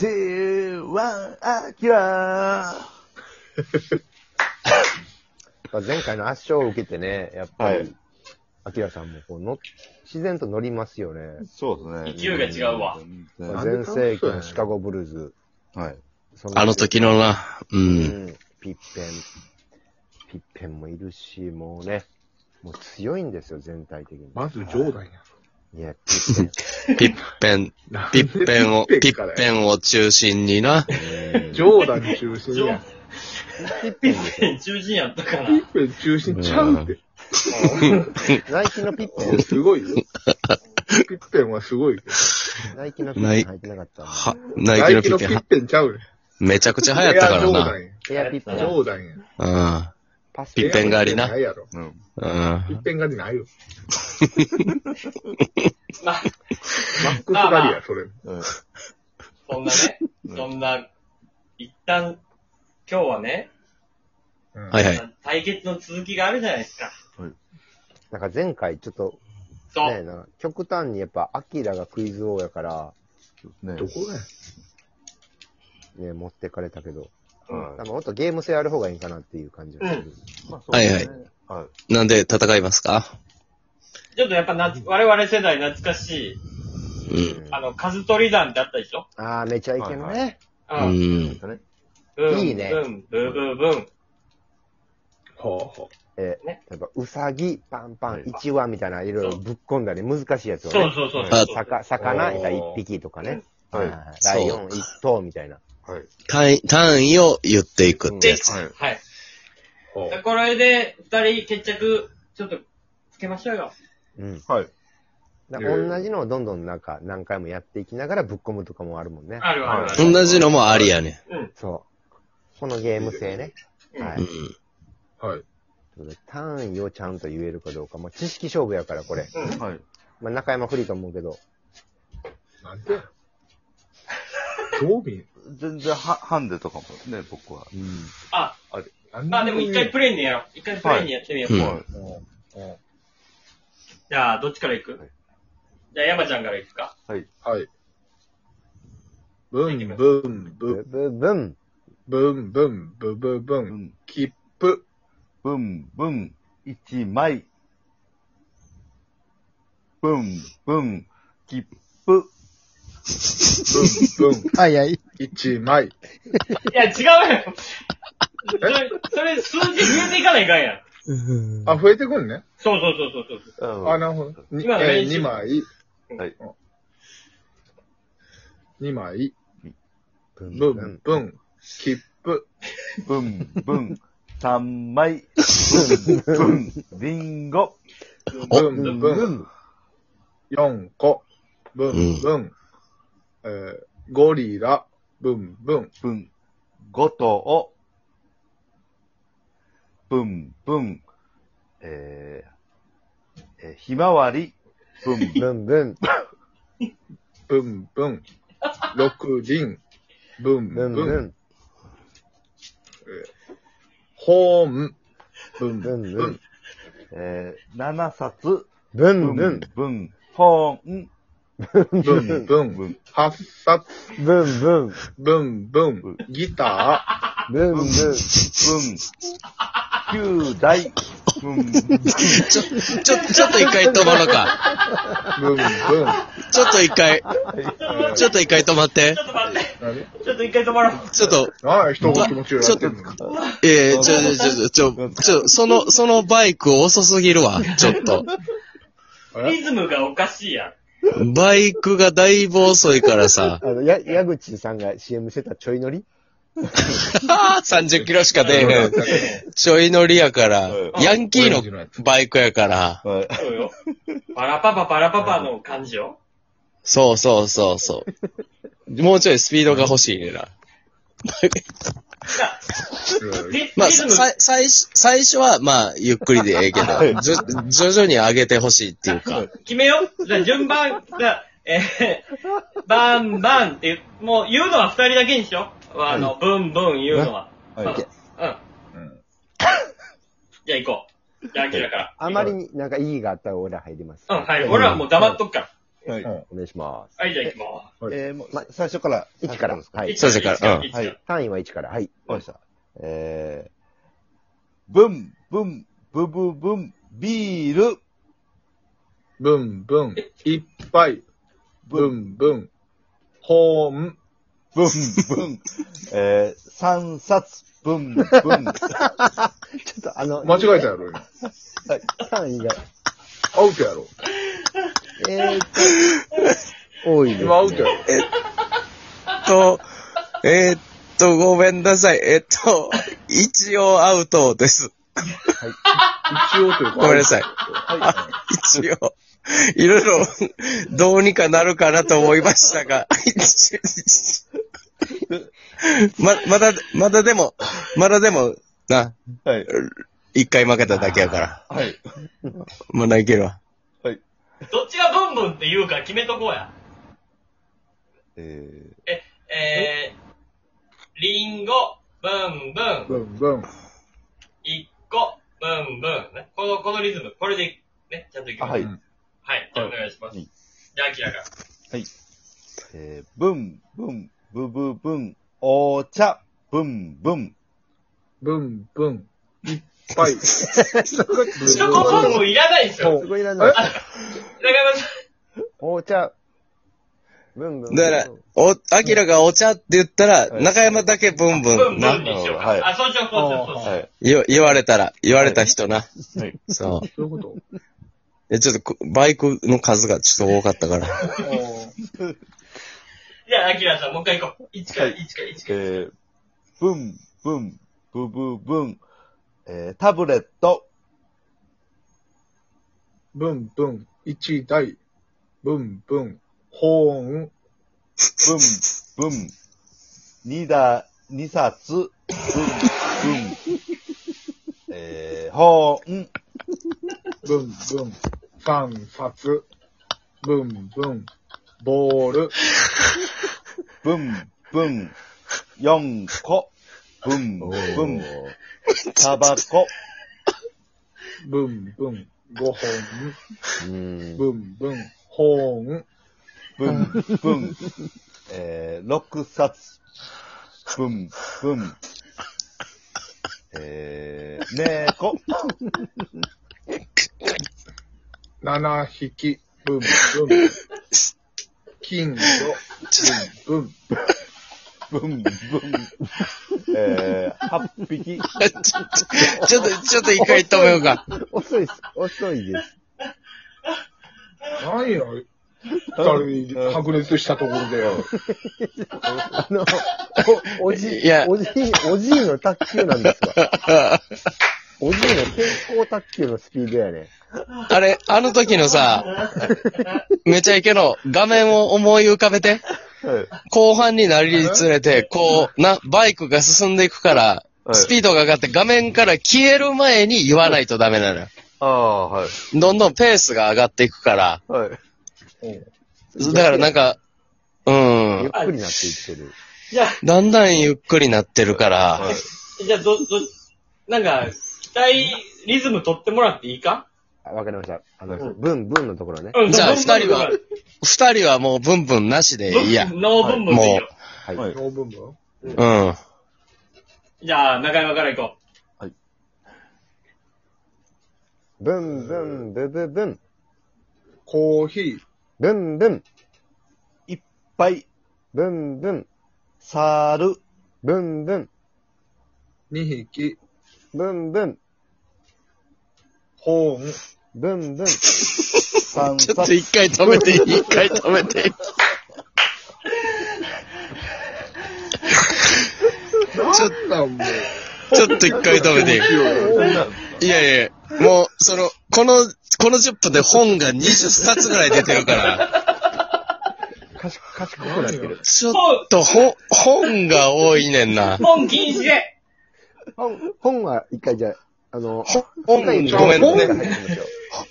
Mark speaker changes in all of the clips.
Speaker 1: 4MC1 アキラ
Speaker 2: まあ前回の圧勝を受けてね、やっぱ
Speaker 1: はい
Speaker 2: り、アキラさんもこうの自然と乗りますよね。
Speaker 1: そうですね。
Speaker 3: 勢いが違うわ
Speaker 1: 全然。
Speaker 2: 全盛期のシカゴブルーズ。
Speaker 1: はい。
Speaker 2: そ
Speaker 4: あの時のな、う。
Speaker 2: うんん。ピッペン。ピッペンもいるし、もうね、もう強いんですよ、全体的に。
Speaker 5: まず冗談や。
Speaker 2: いや、ピッペン。
Speaker 4: ピッペン、
Speaker 5: なん
Speaker 4: ピ
Speaker 5: で
Speaker 4: ッペンを、ピ
Speaker 5: ピッペン
Speaker 4: ッペンを中心にな。
Speaker 5: 冗談中心やん。
Speaker 3: ピッ ペン中心やったか
Speaker 5: ピ
Speaker 3: ら
Speaker 5: ッ。ペン中心ちゃうって。
Speaker 2: ナイキのピッペ
Speaker 5: すごい よ。ピッペンはすごいけど。
Speaker 2: ン、ナイキのピッペン入ってなかったんで
Speaker 4: は、ナイキのピッペ
Speaker 5: ナイキのペ
Speaker 4: ン、
Speaker 5: ンちゃうねん。
Speaker 4: めちゃくちゃ流行ったからな。
Speaker 5: い
Speaker 2: エアピッペ
Speaker 5: や
Speaker 2: ン。
Speaker 5: 冗談や。冗談や。
Speaker 4: うん。
Speaker 2: パス
Speaker 4: ピッペン狩りな
Speaker 5: エアピッペンないやろ。
Speaker 1: うん。
Speaker 4: うん
Speaker 5: ピッペン狩りないよ。
Speaker 3: まあ、
Speaker 5: マックス狩りや、それ。
Speaker 1: うん
Speaker 3: そんなね、そんな、一旦、今日はね、
Speaker 5: うん
Speaker 4: はいはい。
Speaker 3: 対決の続きがあるじゃないですか。
Speaker 2: なんか前回ちょっと、
Speaker 3: そう。
Speaker 2: ねな、極端にやっぱ、アキラがクイズ王やから、
Speaker 1: ね
Speaker 5: どこがや。
Speaker 2: ね、持ってかれたけど、
Speaker 3: うん
Speaker 2: 多分もっとゲーム性ある方がいいかなっていう感じがする。
Speaker 1: まあそう
Speaker 4: はいは
Speaker 1: で
Speaker 4: い
Speaker 1: すねはい。
Speaker 4: なんで戦いますか
Speaker 3: ちょっとやっぱなつ、我々世代懐かしい、
Speaker 4: うん。
Speaker 3: あの、カズトリ山ってあったでしょ
Speaker 2: ああ、めちゃイケの
Speaker 1: はい
Speaker 2: ね。
Speaker 3: う。
Speaker 4: うんん。
Speaker 1: ね
Speaker 3: ブン
Speaker 2: いいね
Speaker 3: ブン、ブーブーブン。
Speaker 5: ほうほ
Speaker 2: えー
Speaker 3: ね
Speaker 2: 例えば、うさぎ、パンパ
Speaker 1: は
Speaker 2: ン、
Speaker 1: い
Speaker 2: 一話みたいな、いろいろぶっ込んだり、難しいやつを
Speaker 3: そう
Speaker 2: ね。
Speaker 3: そうそう
Speaker 4: あ
Speaker 3: そう。
Speaker 2: 魚、魚、いたら一
Speaker 5: おー
Speaker 2: 匹とかね。
Speaker 1: はい
Speaker 2: はいライオン一頭みたいな。
Speaker 1: はい。
Speaker 4: 単位、単位を言っていくってやつ。
Speaker 1: はい。
Speaker 3: はい。
Speaker 5: ほう。
Speaker 3: これで、二人決着、ちょっと、つけましょうよ。
Speaker 2: うん。
Speaker 1: はい。
Speaker 2: だ
Speaker 5: えー
Speaker 2: 同じのをどんどんなんか、何回もやっていきながらぶっ込むとかもあるもんね。
Speaker 3: あるあるある。
Speaker 4: 同じのもありやね。
Speaker 2: そう。このゲーム性ね。
Speaker 3: うん
Speaker 2: は
Speaker 4: う
Speaker 2: い
Speaker 4: ん。
Speaker 5: はい。
Speaker 2: ということで単位をちゃんと言えるかどうか。まあ、知識勝負やから、これ。
Speaker 1: はい。
Speaker 2: まあ、中山不利と思うけど。
Speaker 5: なんでや。興味。
Speaker 1: 全然、は、ハンデとかもね、僕は。
Speaker 3: あ、
Speaker 5: なん
Speaker 3: まあでも一回プレイにやろう。一回プレイにやってみよう。
Speaker 4: うん
Speaker 1: はい。
Speaker 5: うん
Speaker 3: じゃあ、どっちから行く、
Speaker 1: はい
Speaker 3: じゃあ、山ちゃんから行くか。
Speaker 5: はい。ブンブン
Speaker 2: ブブブ
Speaker 5: ブ
Speaker 2: ン。
Speaker 5: ブンブンブブブ
Speaker 1: う
Speaker 5: ン。
Speaker 1: ん。
Speaker 5: 切符。
Speaker 1: ブンブン、一枚。ブンブン、切符。
Speaker 5: ブンブン。
Speaker 2: はいはい。
Speaker 5: 一枚。
Speaker 3: いや、違うよ。それ、それ数字増えていかないかんやん。
Speaker 5: あ、増えてくんね。
Speaker 3: そうそうそうそうそう。
Speaker 1: あ
Speaker 5: あ、なるほど。に
Speaker 3: 今の
Speaker 5: え
Speaker 3: 練
Speaker 5: ー
Speaker 3: 習
Speaker 5: 二枚。
Speaker 1: はい
Speaker 5: うん。二枚。
Speaker 2: ブン
Speaker 5: ブ
Speaker 2: ブ
Speaker 5: ン
Speaker 2: ン。
Speaker 5: ブン。切符。
Speaker 1: ブンブン、三枚。ブンブン、リンゴ。
Speaker 2: ブ
Speaker 5: ブン
Speaker 2: ン
Speaker 5: ブ
Speaker 2: ブ
Speaker 5: ン。
Speaker 2: ン。
Speaker 5: 四個。ブンブン。えーゴリラ。ブンブン。
Speaker 1: ブン、ごとを。ブンブン、えー、えーひまわり。ブンブン、
Speaker 2: ブンブン。
Speaker 5: ブンブン。六輪。ブ
Speaker 2: ブ
Speaker 5: ンブ
Speaker 2: ン
Speaker 5: ン。
Speaker 2: ブン。
Speaker 5: ホーム。ブン
Speaker 2: ブ
Speaker 5: ブ
Speaker 2: ン
Speaker 5: ン。
Speaker 2: ブン。
Speaker 1: えー、七冊。
Speaker 2: ブ
Speaker 1: ブ
Speaker 2: ン
Speaker 1: ン
Speaker 2: ブン。
Speaker 1: ブン、ほーん。
Speaker 5: ブンブ
Speaker 1: ブン
Speaker 5: ン。八冊。
Speaker 2: ブンブン。
Speaker 5: ブンブン
Speaker 1: ん。
Speaker 5: ギタ
Speaker 2: ブンブン。
Speaker 1: ブン、九大。ブン、
Speaker 4: ちょ、ちょ、ちょっと一回止まろうか。
Speaker 5: ー。ブンブン。
Speaker 4: ちょっと一回、ちょっと一回止まって
Speaker 3: ちょ。っと待って。
Speaker 5: 何
Speaker 3: ちょっと一回止まろう。
Speaker 4: ちょっと、
Speaker 5: ああ、人が気持ちよくやってんのに。
Speaker 4: えー、ちょ、ちょ、ちょ、ちょ、ちょ、その、そのバイク遅すぎるわ。ちょっと。
Speaker 3: リズムがおかしいやん。
Speaker 4: バイクがだいぶ遅いからさ。
Speaker 2: あの、や、矢口さんが CM してたちょい乗り
Speaker 4: ああ、30キロしか出えへん。ちょい乗りやから、ヤンキーのバイクやから。
Speaker 1: はい。
Speaker 3: そうよ。パラパパパラパパの感じよ。
Speaker 4: そうそうそうそう。もうちょいスピードが欲しいねんな。
Speaker 5: うん
Speaker 3: リ
Speaker 4: まあ、
Speaker 3: リズム、
Speaker 4: さ、最初、最初は、まあ、ゆっくりでええけど、じょ徐々に上げてほしいっていうか。
Speaker 3: 決めよう。じゃあ順番、じゃあえー、バンバンっていう、もう言うのは二人だけにしよう。あの、ブンブン言うのは。
Speaker 1: は
Speaker 3: うん。うん
Speaker 1: い。
Speaker 3: じゃあ行こう。じゃあ、アキラから。
Speaker 2: あまりになんか意義があったら俺ら入ります。
Speaker 3: うん、はい。俺はもう黙っとくから。
Speaker 1: はい
Speaker 5: うん
Speaker 2: お願いします。
Speaker 3: はい、じゃあ行きま
Speaker 5: はい
Speaker 1: えー、もう、さ最初から、
Speaker 2: 1から
Speaker 1: です。か
Speaker 2: は
Speaker 3: す。
Speaker 2: い。
Speaker 4: そうですから
Speaker 3: 一
Speaker 1: は
Speaker 3: から
Speaker 1: い
Speaker 3: 一か
Speaker 2: 単位は1から。はい。
Speaker 1: わかりました。えー、ブン、ブン、ブブブン、ビール、
Speaker 5: ブンブン、いっぱい、ブンブン、ホーム、
Speaker 1: ブン、ブ ン、えー、三冊、ブン、ブン、
Speaker 2: ちょっとあの、
Speaker 5: 間違えたやろ、今。
Speaker 2: 単位が、
Speaker 5: アウトやろ。
Speaker 2: えーっと、多いです、ね。
Speaker 5: 今アウトやろ。
Speaker 4: と、えーっと、ごめんなさい。えーっと、一応アウトです。
Speaker 5: 一応というか。
Speaker 4: ごめんなさい
Speaker 5: は
Speaker 4: 一応。いろいろ、どうにかなるかなと思いましたが。ま、まだ、まだでも、まだでも、な、
Speaker 1: はい、
Speaker 4: 一回負けただけやから。
Speaker 1: はい。
Speaker 4: まだいけるわ。
Speaker 3: どっちがブンブンって言うか決めとこうや。
Speaker 1: え
Speaker 3: えー、リンゴ、ブン
Speaker 5: い。
Speaker 3: ブ
Speaker 5: ブ
Speaker 3: ン、
Speaker 5: ンブン。
Speaker 3: 一個、ブンブン。ね、この、このリズム、これで、ね、ちゃんといき
Speaker 1: ー、あ
Speaker 3: ます。
Speaker 1: はい。
Speaker 3: はい、じゃあお願いします。
Speaker 1: はい
Speaker 3: じゃあ、アキラが。
Speaker 1: えー、ブン、ブン、ブブブン、お茶、ブン、ブン。
Speaker 5: ブンブン。いっぱい。
Speaker 3: チョコブンブンいらないんですよ。
Speaker 2: すごいなの。
Speaker 3: 中山さん。
Speaker 2: お茶。ブンブン。
Speaker 4: だから、お、アキラがお茶って言ったら、
Speaker 1: はい
Speaker 4: 中山だけブンブ
Speaker 3: ブンブ
Speaker 4: ン
Speaker 3: ン
Speaker 4: な。
Speaker 3: にしようか。
Speaker 1: はい
Speaker 3: あ、そうしよう、そうしよう、そうしよう。
Speaker 1: はい。
Speaker 4: 言言われたら、言われた人な。
Speaker 1: はい。
Speaker 4: そ
Speaker 5: そ
Speaker 4: う。
Speaker 5: ういうこと
Speaker 4: え、ちょっとこ、バイクの数がちょっと多かっ たから。
Speaker 3: じゃあ、アキラさん、もう一回行こう。一から、一から、一から。
Speaker 1: えー、ブン、ブン、ブブブン、えー、タブレット、
Speaker 5: ブンブン。一台。ブンブン。ホーン。
Speaker 1: ブン、ブン、二だ、二冊、ブン、ブン、えー、ほーん、
Speaker 5: ブンブン。三冊。ブンブン。ボール。
Speaker 1: ブン、ブン、四個、ブン、ブン、タバコ、
Speaker 5: ブンブン。五本。
Speaker 2: うん。
Speaker 5: ブンブン。ホーン。
Speaker 1: ブン、ブン、えー、六冊、ブン、ブン、えー、猫、
Speaker 5: 七匹。ブンブン。金魚。ブンブン。
Speaker 1: ブン、ブン、えー、八匹、
Speaker 4: ちょっと、ちょっと一回止めようか。
Speaker 2: 遅いです。遅いです。
Speaker 5: 何や。二人、白熱したところで。
Speaker 2: あの、お、おじ、
Speaker 4: いや
Speaker 2: おじ、おじいの卓球なんですわ。おじいの健康卓球のスピードやね。
Speaker 4: あれ、あの時のさ、めちゃイケの画面を思い浮かべて、
Speaker 1: はい
Speaker 4: 後半になりにつれて、こう、な、バイクが進んでいくから、
Speaker 1: はい
Speaker 4: スピードが上がって画面から消える前に言わないとダメなのよ。
Speaker 1: ああ、はい。
Speaker 4: どんどんペースが上がっていくから、
Speaker 1: はい。
Speaker 4: だからなんか、う
Speaker 2: ゆっ
Speaker 4: ん、
Speaker 2: くりなっていってる。
Speaker 3: じゃあ、
Speaker 4: だんだんゆっくりなってるから、
Speaker 1: はい
Speaker 3: じゃあ、ど、ど、なんか、期待、リズム取ってもらっていいか
Speaker 2: あわかりました。あの、ブンブンのところね。
Speaker 3: うん
Speaker 4: じゃ
Speaker 3: ブ
Speaker 4: あ
Speaker 3: ンブン
Speaker 4: 二人は二人はもうブンブンなしでいいや。
Speaker 3: ノーブンブンでいいよ。
Speaker 2: はい。
Speaker 1: はい
Speaker 5: ノーブンブン。
Speaker 4: うん。
Speaker 3: じゃあ、中山から行こ
Speaker 2: ブンブン、ブブブン。
Speaker 5: コーヒー。
Speaker 2: ブンブン、
Speaker 1: いっぱい、
Speaker 2: ブンブン、
Speaker 1: サール、
Speaker 2: ブンブン、
Speaker 5: 二匹、
Speaker 2: ブンブン、
Speaker 5: ホーン、
Speaker 2: ブンブン。
Speaker 1: 三
Speaker 4: ちょっと
Speaker 1: 冊、
Speaker 4: 一回止めていい一回止めていい
Speaker 5: なんだもう。
Speaker 4: ちょっと一回止めていいいやいや、もう、その、この、この10分で本が20冊ぐらい出てるから、
Speaker 2: 賢賢くなってる。
Speaker 4: ちょっと本、本が多いねんな
Speaker 3: う。。本禁止で
Speaker 2: 本、本は一回じゃあ、あの、
Speaker 4: 本、ごめん
Speaker 2: 一回
Speaker 5: ごめん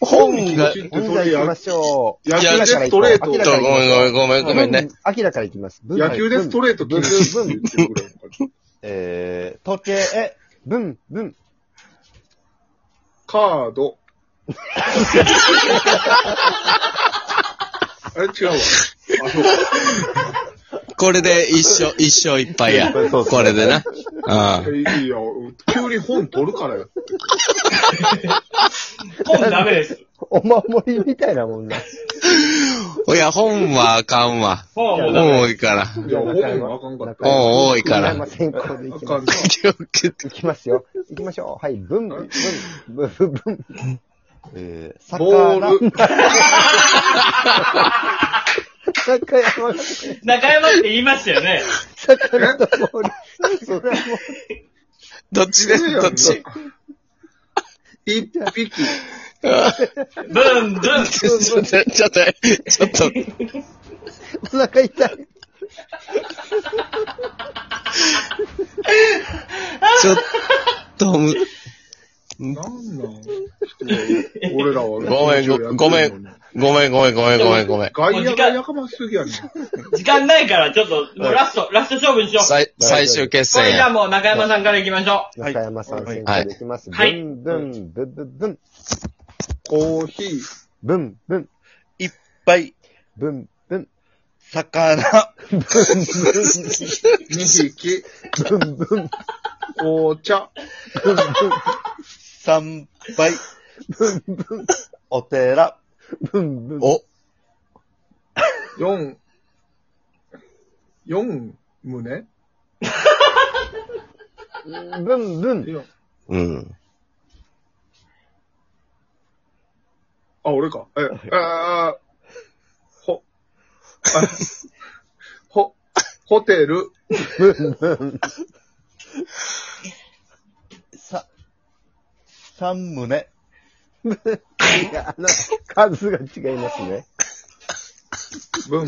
Speaker 2: 本が入ってますよ
Speaker 4: 本が、ちょ
Speaker 2: 本が行きましょう。
Speaker 5: 野
Speaker 4: 球で
Speaker 5: ストレート
Speaker 2: 明
Speaker 4: っ
Speaker 2: ら
Speaker 4: と
Speaker 2: か
Speaker 4: ご
Speaker 2: に
Speaker 4: めんごめんごめんごめんね。。
Speaker 2: 明らかに行きます。ブン
Speaker 5: 野球でストレート
Speaker 2: ブンブン、
Speaker 5: 切るぐらいの感じ
Speaker 1: えー、時計、
Speaker 2: ブン、ブン、
Speaker 5: カード、あれ違うわ。あ、そうか。
Speaker 4: これで一生、一生いっぱいや。
Speaker 2: そうそう
Speaker 4: これでな。あ
Speaker 5: いや、急に本取るからよ。
Speaker 3: 本ダメです。
Speaker 2: お守りみたいなもんな。
Speaker 4: あ。いや、本はあかんわ。
Speaker 3: 本はもうダメ。
Speaker 4: 本多いから。
Speaker 5: いや、本はあかんかった。
Speaker 4: 本多いか
Speaker 2: 中
Speaker 4: ら。
Speaker 2: 山先行でい
Speaker 5: あ
Speaker 2: き
Speaker 5: か
Speaker 2: ま
Speaker 5: ん
Speaker 2: す。
Speaker 5: か。
Speaker 4: 気をつけて
Speaker 2: いきますよ。いきましょう。はい、ブンブン、ブン、ブン、ブン。
Speaker 1: えー、魚
Speaker 5: ボール。
Speaker 2: 中山が、
Speaker 3: 中山って言いましたよね。
Speaker 2: 魚とボール。それはも
Speaker 4: どっちでどっち
Speaker 5: 一匹。
Speaker 3: ブンブン。
Speaker 4: ちょっと、ちょっと、ちょっと、
Speaker 2: う、お腹痛い。
Speaker 4: ちょっと、む
Speaker 5: なんなん俺らは。
Speaker 4: ごめんごごめん。ごめんごめんごめんごめんごめん。
Speaker 5: 外野がやかましすぎやねん。
Speaker 3: 時間ないから、ちょっと、もうラスト、ラスト勝負にしよう。
Speaker 4: 最、最終決
Speaker 3: それ
Speaker 4: 戦
Speaker 3: じゃあ
Speaker 4: や。
Speaker 3: もう中山さんから行きましょ
Speaker 1: はい
Speaker 2: 中山さん先
Speaker 4: は
Speaker 2: 行
Speaker 4: い
Speaker 2: でいきます。
Speaker 3: はい
Speaker 2: ブン、ブン、ブン、ブン、ブン、
Speaker 5: コーヒー。
Speaker 2: ブン、ブン、
Speaker 1: いっぱい、
Speaker 2: ブン、ブン、
Speaker 1: 魚、
Speaker 5: 二匹。
Speaker 2: ブン、ブン、
Speaker 5: 紅茶。
Speaker 2: ブン、ブン。
Speaker 1: 参拝、お寺、
Speaker 2: ブンブン。
Speaker 4: お、
Speaker 5: 四。四胸
Speaker 2: ブンブン。
Speaker 5: 四
Speaker 4: うん。
Speaker 5: あ、俺か。え、あーほ、あほ、ホテル。
Speaker 2: ブンブン。
Speaker 1: さ、三胸、
Speaker 2: いや、あの、数が違いますね。
Speaker 5: 文